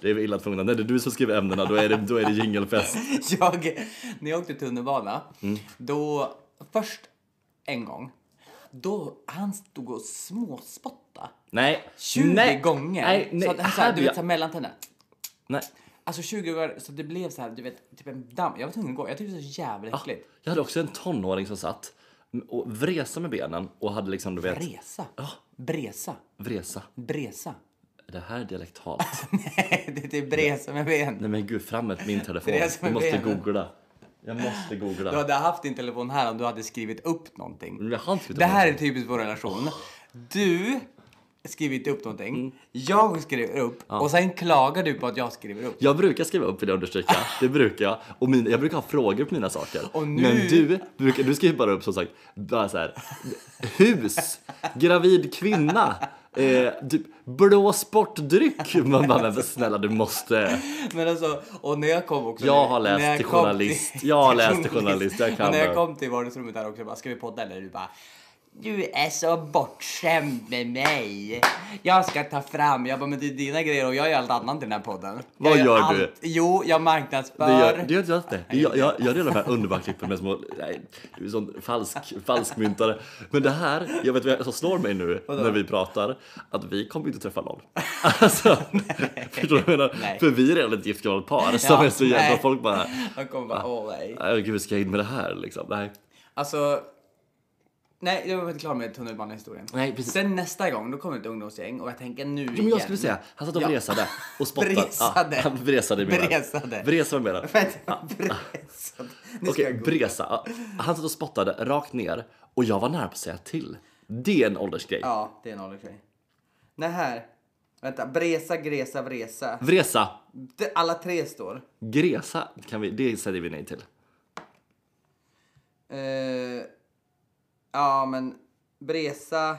S1: Det är vi illa tvungna. När det är du som skriver ämnena då är det, då är det jingelfest.
S2: Jag, när jag åkte tunnelbana,
S1: Mm.
S2: då, först en gång, då han stod och småspotta
S1: Nej.
S2: 20
S1: nej.
S2: gånger.
S1: Nej, nej.
S2: Så att han så här,
S1: Här
S2: du
S1: blir
S2: vet, så
S1: jag-
S2: här, mellan tänderna.
S1: nej.
S2: Alltså 20 gånger, så det blev så här, du vet, typ en damm. Jag var tvungen att gå, jag tyckte det var så
S1: Ah.
S2: jävla äckligt.
S1: Jag hade också en tonåring som satt och vresa med benen och hade liksom, du vet,
S2: Bresa. Bresa.
S1: vresa.
S2: Bresa.
S1: Det här är dialektalt.
S2: Nej, det är typ bresa med ben.
S1: Nej men gud, fram med min telefon.
S2: Vresa med
S1: Jag måste
S2: benen.
S1: googla. Jag måste
S2: Du
S1: googla.
S2: hade haft din telefon här om du hade skrivit upp någonting.
S1: Jag har inte skrivit
S2: Det
S1: upp
S2: här är typiskt vår relation. Du skrivit upp någonting,
S1: Mm.
S2: jag skriver upp och sen klagar du på att jag skriver upp.
S1: Jag brukar skriva upp vill jag understryka. Det brukar jag. Och min, jag brukar ha frågor på mina saker.
S2: Och nu-
S1: Men du, brukar, du skriver bara upp som sagt, bara så här, hus, gravid kvinna, eh, typ blå sportdryck. Man bara, men snälla du måste.
S2: Men alltså, och när jag kom också.
S1: Jag har
S2: när
S1: läst
S2: jag
S1: till
S2: kom
S1: journalist. Jag har läst till journalist, jag kan
S2: och när jag
S1: det.
S2: kom till vardagsrummet här också, bara, ska vi podda eller? Du bara, du är så bortskämd med mig. Jag ska ta fram, jag bara, men det är dina grejer och jag gör allt annat i den här podden. Jag
S1: Vad gör
S2: allt.
S1: du?
S2: Jo, jag
S1: Det
S2: marknadsför.
S1: gör, det gör inte jag inte. Det gör, jag, jag gör de här underbara klippen med små, nej, du är sån falsk, falskmyntare. Men det här, jag vet vad som slår mig nu när vi pratar, att vi kommer inte träffa någon. Alltså, förstår du vad jag
S2: Nej.
S1: menar? För vi är redan ett gift gammalt par som
S2: Ja,
S1: är så jävla,
S2: nej.
S1: folk bara,
S2: Jag kommer bara, åh nej.
S1: "Aj, gud ska jag in med det här liksom? Nej.
S2: Alltså, nej, jag var inte klar med tunnelbanehistorien.
S1: Nej, precis.
S2: Sen nästa gång, då kommer ett ungdomsgäng och jag tänker nu
S1: Men
S2: igen.
S1: jag skulle säga, han satt och
S2: Ja.
S1: vresade och spottade.
S2: Vresade.
S1: Ja, han vresade i menar.
S2: Vresade.
S1: Vresade med benen.
S2: Vänta, Bresad. Nu ska
S1: Okej,
S2: jag gå.
S1: bresa. Ja, Han satt och spottade rakt ner och jag var nära på att säga till. Det är en åldersgrej.
S2: Ja, det är en åldersgrej. Nej, här. Vänta, bresa, gresa, vresa.
S1: Vresa,
S2: Det- Alla tre står.
S1: gresa, kan vi, det säger vi nej till.
S2: Eh, ja, men bresa.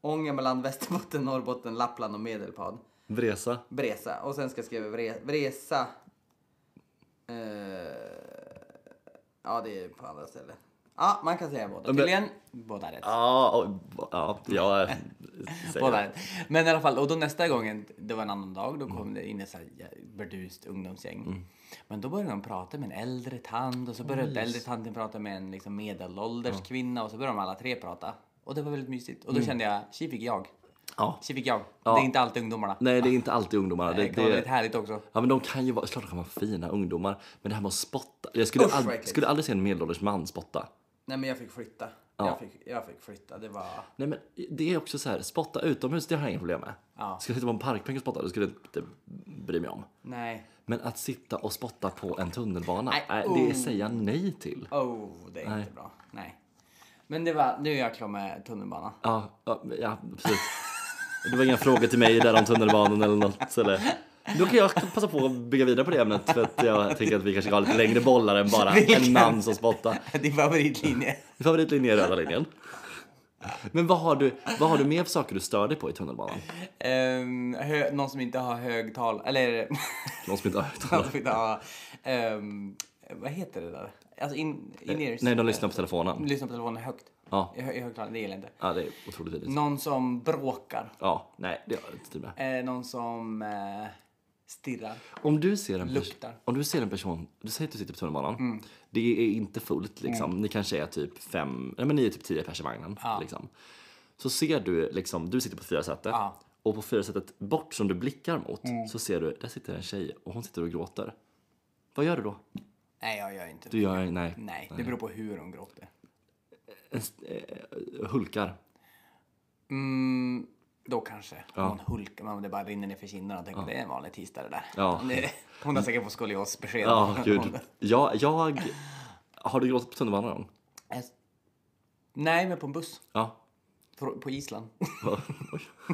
S2: Ångermanland, Västerbotten, Norrbotten, Lappland och Medelpad.
S1: Vresa,
S2: Bresa. Och sen ska jag skriva vre, vresa. Eh, ja, det är på andra ställen. Ja, man kan säga båda. Tydligen, båda rätt.
S1: Ja, och- ja, jag säger
S2: Båda rätt. Men i alla fall, och då nästa gången, det var en annan dag, då
S1: Mm.
S2: kom det in ett så här jä- burdust ungdomsgäng. Men då började de prata med en äldre tant och så började
S1: Mm,
S2: äldre tanten prata med en liksom, medelålders kvinna och så började de alla tre prata. Och det var väldigt mysigt. Och då kände jag, tji fick jag.
S1: Mm. Ja.
S2: Tji fick jag. Det är inte alltid ungdomarna.
S1: Nej, det är inte alltid ungdomar.
S2: det,
S1: Det,
S2: kan vara väldigt
S1: det,
S2: härligt också.
S1: ja, men de kan ju vara, klart de kan vara fina ungdomar. Men det här med att spotta. Jag skulle,
S2: Usch, vad
S1: ald-
S2: äckligt.
S1: skulle aldrig se en medelålders man spotta.
S2: Nej men jag fick flytta. Jag, fick, jag fick flytta, det var...
S1: Nej men det är också så här, spotta utomhus det har jag inga problem med.
S2: Ja.
S1: Skulle jag sitta på en parkbänk och spotta, det skulle jag inte bry mig om.
S2: Nej.
S1: Men att sitta och spotta på en tunnelbana,
S2: Nej,
S1: nej,
S2: oh.
S1: det säger jag nej till.
S2: Oh, det är inte bra. Nej. Men det var, nu är jag klar med tunnelbanan.
S1: Ja, ja, ja precis. Det var inga frågor till mig där om tunnelbanan eller något. Eller. Då kan jag passa på att bygga vidare på det ämnet för att jag tänker att vi kanske ska ha lite längre bollar än bara en
S2: Vilken?
S1: man som spottar.
S2: Din favoritlinje.
S1: Favoritlinje är röda linjen. Men vad har, du, vad har du mer för saker du stör dig på i tunnelbanan?
S2: Ehm, hö, någon som inte har högtal... Eller
S1: Någon som inte har hört
S2: någon
S1: om
S2: som inte har... ehm, vad heter det där? Alltså in, in
S1: det?
S2: ears.
S1: Eh, Nej, de lyssnar på telefonen.
S2: Lyssna på telefonen högt.
S1: Ja.
S2: I, hö- i högtalaren, det gillar jag inte.
S1: Ja, det är otroligt vidrigt.
S2: Någon som bråkar.
S1: Ja, nej, det har jag inte tid med.
S2: Eh, någon som eh, stirrar.
S1: Om du ser en person,
S2: Luktar. Mm.
S1: om du ser en person, du säger att du sitter på tunnelbanan. Det är inte fullt liksom. Ni kanske är typ fem, nej men ni är typ tio pers i vagnen. Liksom. Så ser du liksom, du sitter på fyra sätet.
S2: Ja. Mm.
S1: Och på fyra sätet bort som du blickar mot så ser du, där sitter en tjej och hon sitter och gråter. Vad gör du då?
S2: Nej, jag gör inte det.
S1: Du gör, nej,
S2: Nej, det beror på hur hon gråter.
S1: En, st- eh, hulkar.
S2: Mm, då kanske. Någon hulkar, men om det bara rinner ner för kinderna. och tänker det är en vanlig tisdag det där.
S1: Ja. Mm.
S2: Det- Hon har säkert fått skoliosbesked.
S1: Ja, gud. Jag, jag, har du gråtit på tunnelbanan någon gång?
S2: Nej, men på en buss.
S1: Ja.
S2: På, på Island.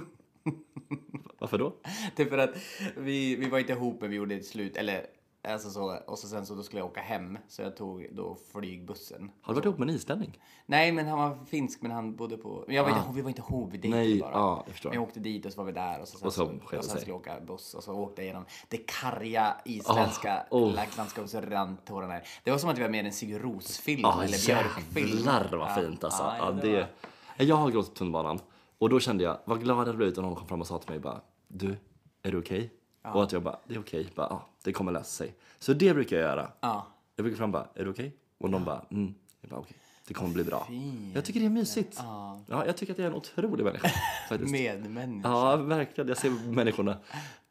S1: Varför då?
S2: det är för att vi, vi var inte ihop men vi gjorde ett slut. Eller, alltså så, och så sen så då skulle jag åka hem. Så jag tog då flygbussen.
S1: Har du varit ihop med en islänning?
S2: Nej, men han var finsk men han bodde på... men Jag var inte, vi var inte ihop, vi dejtade
S1: Nej,
S2: bara.
S1: ja, jag förstår.
S2: Men jag åkte dit och så var vi där och så, sen,
S1: Och så
S2: så,
S1: skedde
S2: och sen
S1: sig.
S2: skulle jag åka buss och så åkte jag genom det karga isländska
S1: Ah, oh.
S2: landskapet och så rann tårarna ner. Det var som att vi var med i en Sigur Ros-film
S1: Ja,
S2: eller Björk-film.
S1: jävlar vad fint alltså.
S2: Ja,
S1: Ja,
S2: ja, det
S1: det... Jag har gråtit på tunnelbanan och då kände jag, vad glad jag blev när någon kom fram och sa till mig bara, du, är du okej? Och att jag bara, det är okej, bara, ja, det kommer lösa sig. Så det brukar jag göra.
S2: Ja.
S1: Jag brukar fram och bara, är du okej? Och de bara, mm. Jag bara, okej, det kommer bli bra. Jag tycker det är mysigt. Ja. jag tycker att jag är en otrolig människa faktiskt.
S2: Medmänniska.
S1: Ja, verkligen. Jag ser människorna.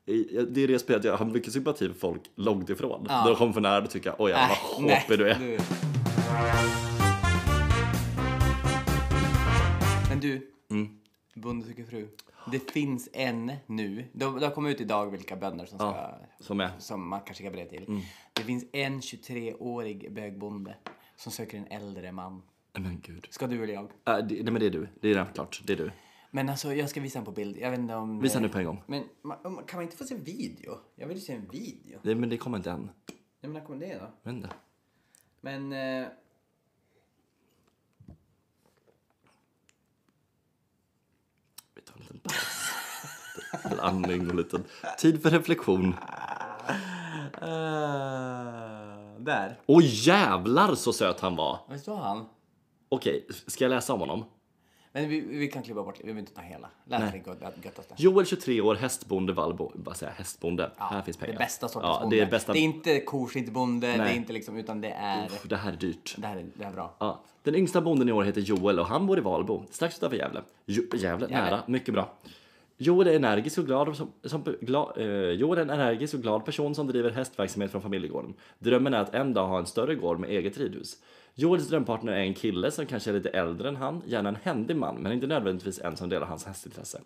S1: I- Det är det spelet jag har mycket sympati för folk långt ifrån. När de kommer för nära då tycker jag, oj jävlar vad
S2: nej,
S1: håpig du är.
S2: Men du,
S1: Mm.
S2: bonde söker fru. Det finns en nu. De- Det har kommit ut idag vilka bönder som, ska,
S1: Som är.
S2: som man kan skicka brev till.
S1: Mm.
S2: Det finns en 23-årig bögbonde som söker en äldre man.
S1: Men gud.
S2: Ska du eller jag?
S1: Äh, det, nej men det är du, det är redan klart. Det är du.
S2: Men alltså, jag ska visa en på bild. Jag vet inte om...
S1: Visa nu på en gång.
S2: Men ma- om- kan man inte få se video? Jag vill ju se en video.
S1: Nej men det kommer inte än.
S2: Nej, men när kommer det då?
S1: Jag vet inte.
S2: Men... Eh...
S1: Vi tar en liten paus. En andning och en liten tid för reflektion.
S2: eh, där.
S1: Åh jävlar så söt han var!
S2: Visst var han?
S1: Okej, ska jag läsa om honom?
S2: Men vi, vi kan klippa bort det. Vi behöver inte ta hela. Läs det gött- göttaste.
S1: Joel 23 år, hästbonde, vallbo... Vad säger jag? Hästbonde. Här finns pengar.
S2: Det bästa sortens
S1: ja,
S2: bonde.
S1: det är bästa...
S2: det är inte kor, det är inte bonde, det är
S1: Nej.
S2: inte liksom, utan det är...
S1: Pff, Det här är dyrt.
S2: Det här är, det här är bra.
S1: Ja. Den yngsta bonden i år heter Joel och han bor i Valbo, strax utanför Gävle. Jo, Gävle, nära, mycket bra. Joel är, energisk och glad som, som, gla, eh, Joel är en energisk och glad person som driver hästverksamhet från familjegården. Drömmen är att en dag ha en större gård med eget ridhus. Joels drömpartner är en kille som kanske är lite äldre än han, gärna en händig man, men inte nödvändigtvis en som delar hans hästintresse.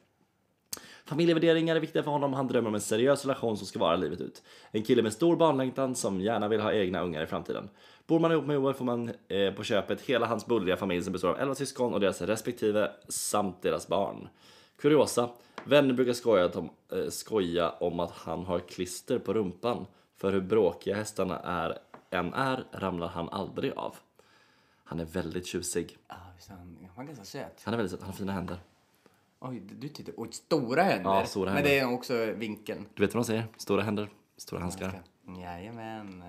S1: Familjevärderingar är viktiga för honom och han drömmer om en seriös relation som ska vara livet ut. En kille med stor barnlängtan som gärna vill ha egna ungar i framtiden. Bor man ihop med Joel får man eh, på köpet hela hans bulliga familj som består av 11 syskon och deras respektive samt deras barn. Kuriosa. Vänner brukar skoja, att de, eh, skoja om att han har klister på rumpan. För hur bråkiga hästarna är, än är ramlar han aldrig av. Han är väldigt tjusig.
S2: Ah, visst är han, han är ganska söt.
S1: Han är väldigt söt, han har fina händer.
S2: Oj, du tittar... Oj, stora händer.
S1: Ja, stora
S2: Men det är också vinkeln.
S1: Du vet vad de säger? Stora händer, stora handskar.
S2: Jajamän.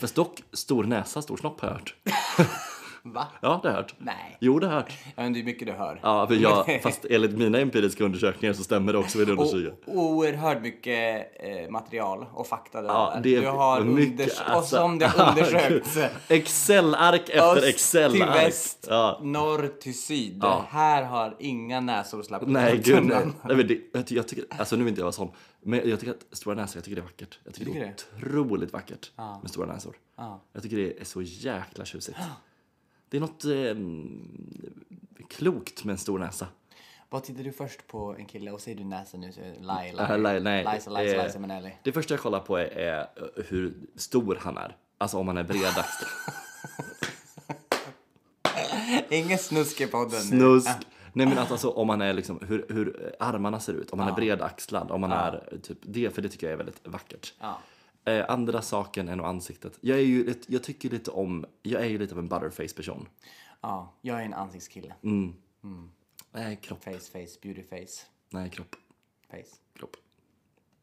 S1: Fast dock, stor näsa, stor snopp har jag hört.
S2: Va?
S1: Ja, det har jag hört.
S2: Nej.
S1: Jo, det har jag hört.
S2: Ja, men det är mycket du hör.
S1: Ja, men jag, fast enligt mina empiriska undersökningar så stämmer det också, vill jag understryka.
S2: O- oerhört mycket eh, material och fakta du
S1: Ja,
S2: har.
S1: det är
S2: du har
S1: mycket,
S2: unders- och
S1: alltså.
S2: som det har undersökts.
S1: Excel-ark efter
S2: Öst till
S1: Excel-ark.
S2: väst,
S1: Ja.
S2: norr till syd.
S1: Ja.
S2: Här har inga näsor släppt
S1: Nej,
S2: ut.
S1: gud nej. nej men det, jag, ty- jag tycker, alltså nu vill inte jag vara sån, men jag tycker att stora näsor, jag tycker det är vackert. Jag tycker, det är otroligt vackert med stora näsor. Jag tycker det är så jäkla tjusigt. Det är något eh, klokt med en stor näsa.
S2: Vad tittar du först på en kille och säger du näsan nu? Så är det Laila.
S1: Äh, nej, nej.
S2: Liza, Liza,
S1: Eh,
S2: Liza Minnelli.
S1: Det första jag kollar på är, är eh, hur stor han är. Alltså om han är bredaxlad.
S2: Ingen snusk i podden nu.
S1: Snusk! Nej men att alltså om man är liksom, hur, hur armarna ser ut, om man är bredaxlad, om man är typ det, för det tycker jag är väldigt vackert.
S2: Ja.
S1: Eh, andra saken är nog ansiktet. Jag är ju, lite- jag tycker lite om, jag är ju lite av en butterface person.
S2: Ja, jag är en ansiktskille.
S1: Mm. Nej, kropp.
S2: Face, face, beauty face.
S1: Nej, kropp.
S2: Face,
S1: Kropp.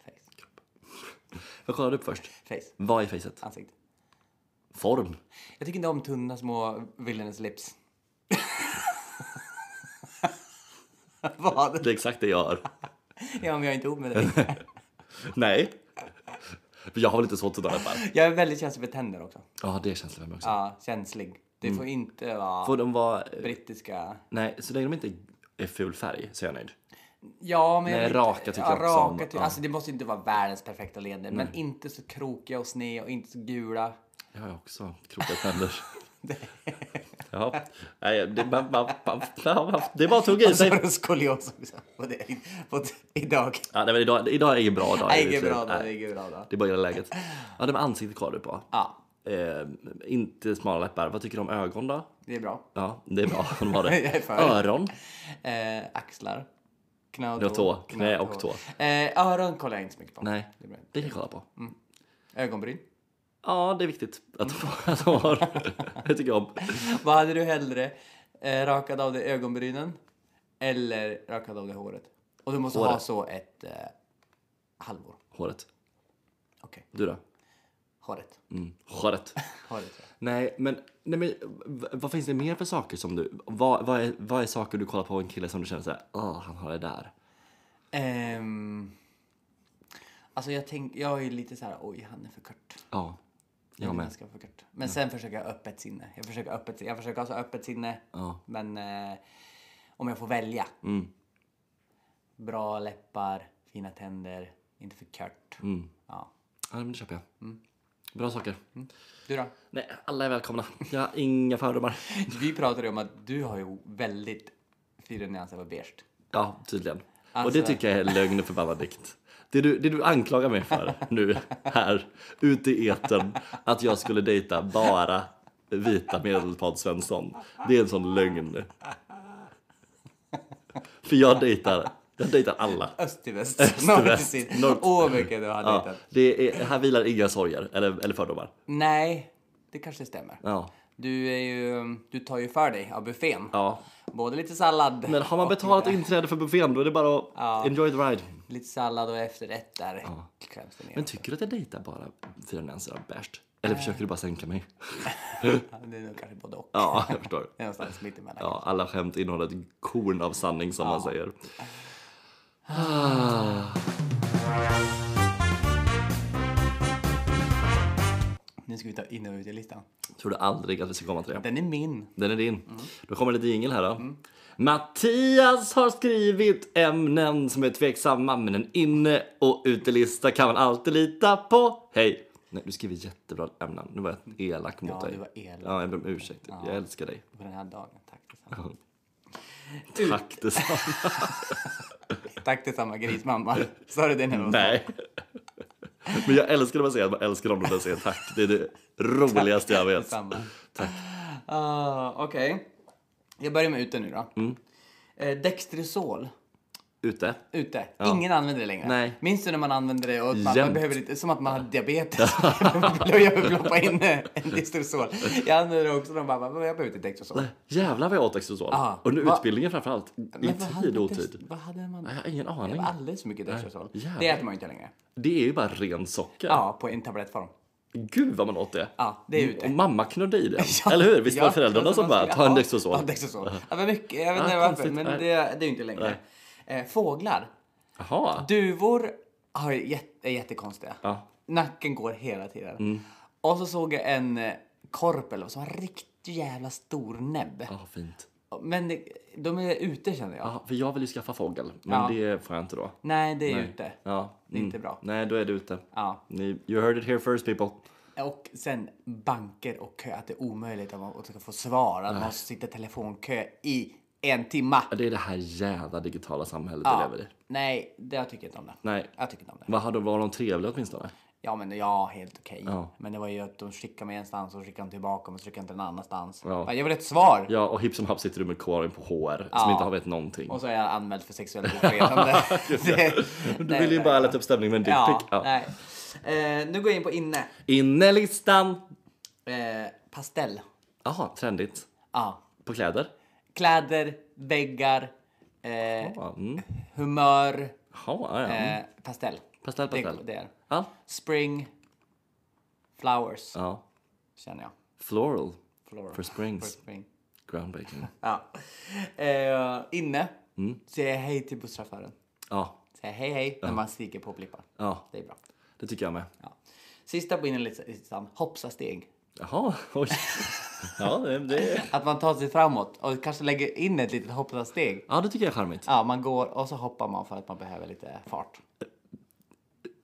S2: face,
S1: Jag kollade upp först.
S2: face.
S1: Vad är facet?
S2: Ansikte.
S1: Form.
S2: Jag tycker inte om tunna små villainous lips. Vad?
S1: Det är exakt det jag gör.
S2: Ja, men jag är inte ihop med dig.
S1: Nej. Jag har väl inte så till alla fall.
S2: Jag är väldigt känslig för tänder också.
S1: Ja, det är känslofem också.
S2: Ja, känslig. Det får inte vara
S1: Mm. Får de vara, eh,
S2: brittiska...
S1: nej, så länge de inte är ful färg så är jag nöjd.
S2: Ja, men... jag
S1: Nej,
S2: vet-
S1: raka tycker jag också om.
S2: raka ty-
S1: Ja.
S2: Alltså, det måste inte vara världens perfekta leder, men inte så krokiga och sneda och inte så gula.
S1: Det har jag också. Krokiga tänder. Ja, nej, det, man, man, man, man, man, det bara tog i
S2: Så
S1: sig.
S2: har du skolios också på det, på det idag.
S1: Ja, nej, men idag, idag är ingen bra dag.
S2: Nej, ingen
S1: egentligen.
S2: bra då,
S1: Nej,
S2: ingen bra då.
S1: Det är bara hela läget. Ja, det var ansiktet kollade du på.
S2: Ja,
S1: Eh, inte smala läppar. Vad tycker du om ögon då?
S2: det är bra.
S1: Ja, det är bra. De har
S2: Jag är
S1: det.
S2: för.
S1: Öron.
S2: Eh, axlar.
S1: Knä
S2: Knä och
S1: och
S2: tå.
S1: tå. Knä och tå.
S2: Eh, öron kollar jag inte så mycket på.
S1: Nej,
S2: Det är bra.
S1: det kan jag kolla på.
S2: Ögonbryn.
S1: Ja, det är viktigt att de att de har. Det tycker jag om.
S2: Vad hade du hellre? Eh, rakad av dig ögonbrynen eller rakad av dig håret? Och du måste ha
S1: Håret.
S2: så ett eh, halvår.
S1: Håret.
S2: Okej,
S1: Du då?
S2: håret.
S1: Mm. Håret.
S2: Håret tror jag.
S1: Nej, men, nej, men v- vad finns det mer för saker som du... Vad, vad, är, vad är saker du kollar på en kille som du känner så här, åh, han har det där.
S2: Ehm, alltså jag, tänk, jag är lite så här, oj han är för kort.
S1: Ja, jag
S2: Lite
S1: med.
S2: ganska förkört. Men sen försöker jag ha öppet sinne. Jag försöker, ha öppet, jag försöker ha så öppet sinne.
S1: Ja. Mm.
S2: Men eh, om jag får välja. Bra läppar, fina tänder, inte för kört.
S1: Mm.
S2: Ja.
S1: Ja, men det köper jag. Bra saker.
S2: Du då?
S1: Mm. Nej, alla är välkomna. Jag har inga fördomar.
S2: Vi pratade om att du har ju väldigt fyra nyanser på beige.
S1: Ja, tydligen. Och
S2: Alltså-
S1: det tycker jag är lögn och förbannad dikt. Det du, det du anklagar mig för nu, här, ute i etern, att jag skulle dejta bara vita medelpad-Svensson. Det är en sån lögn. För jag dejtar, jag dejtar alla.
S2: Öst till väst, norr till
S1: väst,
S2: syd.
S1: norr-
S2: Åh vad mycket du har
S1: Ja,
S2: dejtat.
S1: det är, här vilar inga sorger, eller, eller fördomar.
S2: Nej, det kanske stämmer.
S1: Ja.
S2: Du, är ju, du tar ju för dig av buffén.
S1: ja.
S2: Både lite sallad,
S1: Men har man betalat inträde för buffén då är det bara att enjoy the ride.
S2: lite sallad och efterrätter. Kräms det ner.
S1: Men tycker du att jag dejtar bara fyra nyanser av bärst? Eller försöker du bara sänka mig?
S2: Ja, Det är nog kanske både och.
S1: Ja, jag förstår.
S2: Det är någonstans mitt emellan.
S1: Ja, alla skämt innehåller ett korn av sanning som man säger.
S2: Nu ska vi ta in och ut i listan.
S1: Tror du aldrig att vi ska komma till det?
S2: Den är min.
S1: Den är din.
S2: Mm.
S1: Då kommer lite jingel här då. Mattias har skrivit ämnen som är tveksamma men en inne och utelista kan man alltid lita på. Hej! Nej, du skriver jättebra ämnen. Nu var jag elak mot
S2: Ja,
S1: dig.
S2: du var elak.
S1: Ja, jag ber om ursäkt. Jag älskar dig.
S2: På den här dagen.
S1: Tack
S2: Tack detsamma.
S1: detsamma.
S2: Tack detsamma grismamma. Sa du det när du var
S1: Nej. Men jag älskar när man säger att man älskar dem när man säger tack. Det är det roligaste jag vet.
S2: detsamma? Tack. Ah, Okej. Jag börjar med ute nu då.
S1: Mm.
S2: Eh, Dextrosol.
S1: Ute.
S2: Ute. Ingen använder det längre.
S1: Nej.
S2: Minns du när man använde det och man, man
S1: Jämt.
S2: behöver inte, som att man hade diabetes. jag behöver ploppa in en Dextrosol. Jag använder det också och de bara, "Men jag behöver inte Dextrosol.
S1: Äh, Jävlar vad jag åt exosol.
S2: Ja.
S1: Och nu
S2: Va-
S1: utbildningen framförallt. I
S2: Men vad hade
S1: tid och
S2: Dex-
S1: otid.
S2: Vad hade man?
S1: Jag har ingen
S2: Det
S1: aning.
S2: var alldeles för mycket Dextrosol.
S1: jävlar.
S2: Det äter man ju inte längre.
S1: Det är ju bara ren socker.
S2: Ja, på en tablettform.
S1: Gud vad man åt det.
S2: Ja, det alltså, är ute.
S1: Och mamma knödde i den. Mm. Eller hur? Visst var det föräldrarna som bara, ta en
S2: Ja,
S1: Dextrosol.
S2: en Dextrosol. Ja, men mycket, jag vet
S1: Ja,
S2: inte varför,
S1: konstigt.
S2: men det,
S1: Nej.
S2: det är ju inte längre. Eh, fåglar.
S1: Jaha.
S2: Duvor har ju jätte, är jättekonstiga.
S1: Ja. Mm.
S2: Nacken går hela tiden. Och så såg jag en eh, korp eller vad som har riktigt jävla stor näbb.
S1: Ja, fint.
S2: Men det, de är ute känner jag.
S1: Ja, för jag vill ju skaffa fågel, men
S2: Ja.
S1: det får jag inte då.
S2: Nej, det är ute.
S1: Ja.
S2: Det är inte bra.
S1: Nej, då är det ute.
S2: Ja.
S1: Ni, you heard it here first people.
S2: Och sen banker och kö, att det är omöjligt att man ska få svar. Att man måste sitta i telefonkö i en timma.
S1: Ja, Det är det här jävla digitala samhället vi lever i.
S2: Nej, det, jag tycker inte om det.
S1: Nej.
S2: Jag tycker inte om det.
S1: Vad hade varit de trevliga åtminstone?
S2: Ja, men ja, helt okej.
S1: Ja.
S2: Men det var ju att de skickade mig enstans och skickade tillbaka och skickade till en annanstans.
S1: Ja.
S2: Bara, Jag vill ett svar!
S1: Ja, och hipp som happ sitter du med kvar på HR som
S2: Ja.
S1: inte har vet någonting.
S2: Och så är jag anmäld för sexuellt ofredande. Det-
S1: Du
S2: nej,
S1: vill ju
S2: nej.
S1: bara lätta upp stämningen med en
S2: Ja,
S1: dickpic. Ja.
S2: nej. Eh, nu går jag in på inne.
S1: Innelistan!
S2: Eh, pastell.
S1: Jaha, trendigt.
S2: Ja.
S1: På kläder?
S2: Kläder, väggar, eh,
S1: Ja, mm.
S2: humör,
S1: Jaha, ja. ja.
S2: eh, pastell.
S1: Pastell,
S2: Det,
S1: Mm. pastell.
S2: det är.
S1: Ja.
S2: Spring, flowers,
S1: ja.
S2: känner jag.
S1: Floral.
S2: Floral.
S1: For springs.
S2: For spring.
S1: Groundbreaking.
S2: Ja. Eh, inne säger jag hej till busschauffören.
S1: Mm. Ja,
S2: Säger hej hej när man stiger på blippar.
S1: ja.
S2: Det är bra.
S1: Det tycker jag med.
S2: Ja. Sista på innerlistan, hoppsasteg.
S1: Jaha, oj. Ja, det, det...
S2: Att man tar sig framåt och kanske lägger in ett litet hoppsasteg.
S1: ja, det tycker jag är charmigt.
S2: Ja, man går och så hoppar man för att man behöver lite fart.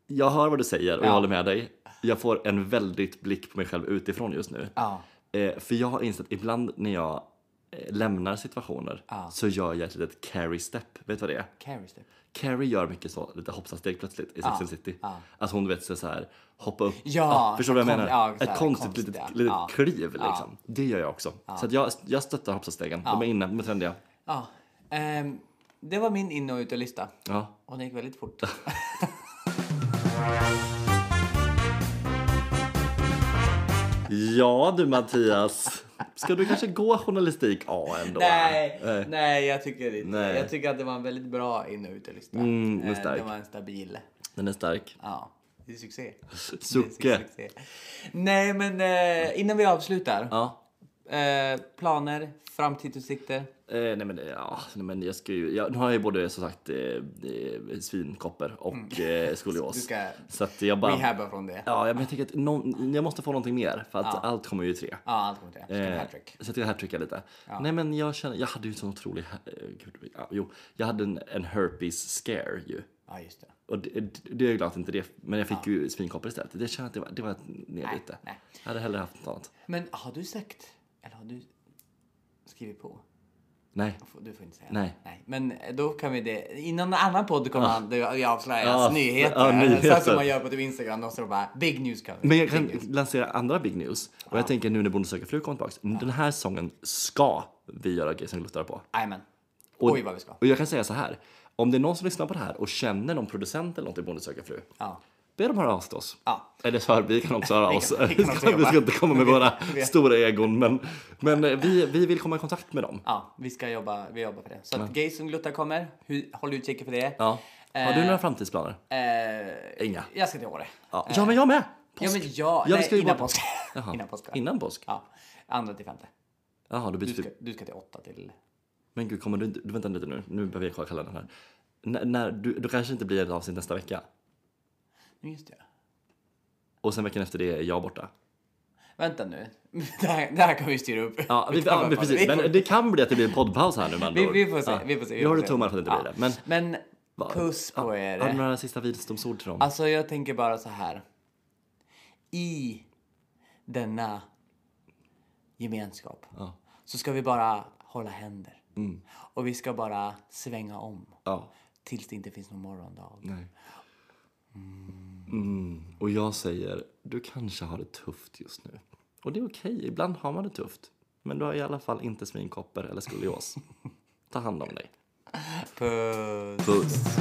S1: Jag hör vad du säger och jag
S2: Ja.
S1: håller med dig. Jag får en väldigt blick på mig själv utifrån just nu.
S2: Ja.
S1: Eh, för jag har insett ibland när jag eh, lämnar situationer
S2: Ja.
S1: så gör jag ett litet carry step. Vet du vad det är?
S2: Carry step.
S1: Carrie gör mycket så, lite hoppsasteg plötsligt i Sex and City.
S2: ja.
S1: Alltså hon du vet så så här, hoppa upp.
S2: Ja,
S1: förstår du vad jag
S2: kon-
S1: menar?
S2: ja, så här,
S1: Ett konstigt
S2: konstigt,
S1: litet,
S2: ja.
S1: litet
S2: Ja.
S1: kliv liksom. Det gör jag också. Så att jag, jag stöttar hoppsastegen. De är inne, de är trendiga.
S2: Ja. Ehm, det var min in och utelista.
S1: Ja.
S2: Och det gick väldigt fort.
S1: ja du Mattias, ska du kanske gå journalistik A ändå?
S2: nej,
S1: Eh,
S2: nej, jag tycker inte.
S1: Nej.
S2: Jag tycker att det var en väldigt bra in och utelista.
S1: Mm, den är
S2: Eh, det
S1: stark.
S2: var en stabil.
S1: Den är stark.
S2: Ja, det är succé.
S1: Sucke.
S2: Succé. Nej, men eh, innan vi avslutar.
S1: Ja.
S2: Eh, planer, framtidsutsikter.
S1: Eh, nej men, det- ja, nej men jag ska ju, jag, nu har jag ju både som sagt eh, eh, svinkopper och eh, skolios.
S2: Mm. Du ska
S1: så att jag bara
S2: rehabba från det. Ja,
S1: Ja, men jag tänker att någon, jag måste få någonting mer för att allt kommer ju i tre.
S2: allt kommer till det. Ska
S1: Eh,
S2: hattrick.
S1: så att jag hattrickar lite. Nej men jag känner, jag hade ju en sån otrolig, ha- eh, gud, ja, jo, jag hade en, en herpes scare ju.
S2: Ja, just det.
S1: Och det, det är jag glad att inte det, men jag fick ju svinkoppor istället. Det känner jag att det var, det var ner lite.
S2: nej.
S1: Jag hade hellre haft något annat.
S2: Men har du sagt, eller har du skrivit på?
S1: Nej.
S2: Får- Du får inte säga.
S1: Nej.
S2: Men då kan vi det. I någon annan podd kommer han ja. avslöjas
S1: Ja,
S2: nyheter.
S1: ja,
S2: Så här
S1: Ah. nyheter.
S2: som man gör på typ Instagram. De står och bara big news coming.
S1: Men jag kan lansera andra big news. Och jag tänker nu när Bonde söker fru kommer tillbaks, den här sången ska vi göra grejer som gluttar på.
S2: Jajamän.
S1: Och-
S2: Oj vad vi ska.
S1: Och jag kan säga så här, om det är någon som lyssnar på det här och känner någon producent eller något i Bonde söker fru,
S2: Ja.
S1: Be dem höra av sig till oss.
S2: Ja.
S1: Eller så här, vi kan också höra av
S2: Vi
S1: oss.
S2: kan- vi kan också
S1: vi
S2: jobba.
S1: ska inte komma med
S2: Vi-
S1: våra
S2: vi-
S1: stora egon, men, men eh, vi, vi vill komma i kontakt med dem.
S2: Ja, vi ska jobba, vi jobbar på det. Så att gays som gluttar kommer. Hu- Håll utkik för det.
S1: Ja. Har du
S2: Eh,
S1: några framtidsplaner?
S2: Eh,
S1: Inga.
S2: jag ska till Åre.
S1: Ja, ja men jag med!
S2: eh, Ja, men ja,
S1: vi
S2: nej,
S1: ska ju
S2: innan
S1: gå-
S2: påsk.
S1: Jaha.
S2: innan påsk. Ja.
S1: Innan påsk?
S2: ja, andra till femte.
S1: Jaha, då byter
S2: Du ska,
S1: vi.
S2: du ska till åtta till...
S1: Men gud, kommer du inte... du- Vänta lite nu, nu behöver jag kolla kalendern här. N- när, du, då kanske inte blir ett avsnitt nästa vecka.
S2: Nu Just det.
S1: Och sen veckan efter det är jag borta.
S2: Vänta nu. Det här, det här kan vi styra upp.
S1: Ja, vi,
S2: tar
S1: ja
S2: bara
S1: men
S2: på det.
S1: precis. Men det kan bli att det blir en poddpaus här nu med andra
S2: Vi,
S1: ord.
S2: vi får se.
S1: Ja.
S2: Vi får se. Vi
S1: Jag
S2: får
S1: håller
S2: se.
S1: tummarna för att det inte blir det. Men
S2: Men
S1: Va-
S2: puss på er.
S1: har du några sista visdomsord till dem?
S2: Alltså jag tänker bara så här. I denna gemenskap
S1: Ja.
S2: så ska vi bara hålla händer. Och vi ska bara svänga om
S1: Ja.
S2: tills det inte finns någon morgondag.
S1: Nej. Mm. Och jag säger, du kanske har det tufft just nu. Och det är okej, ibland har man det tufft. Men du har i alla fall inte svinkopper eller skolios. Ta hand om dig.
S2: Puss.
S1: Puss!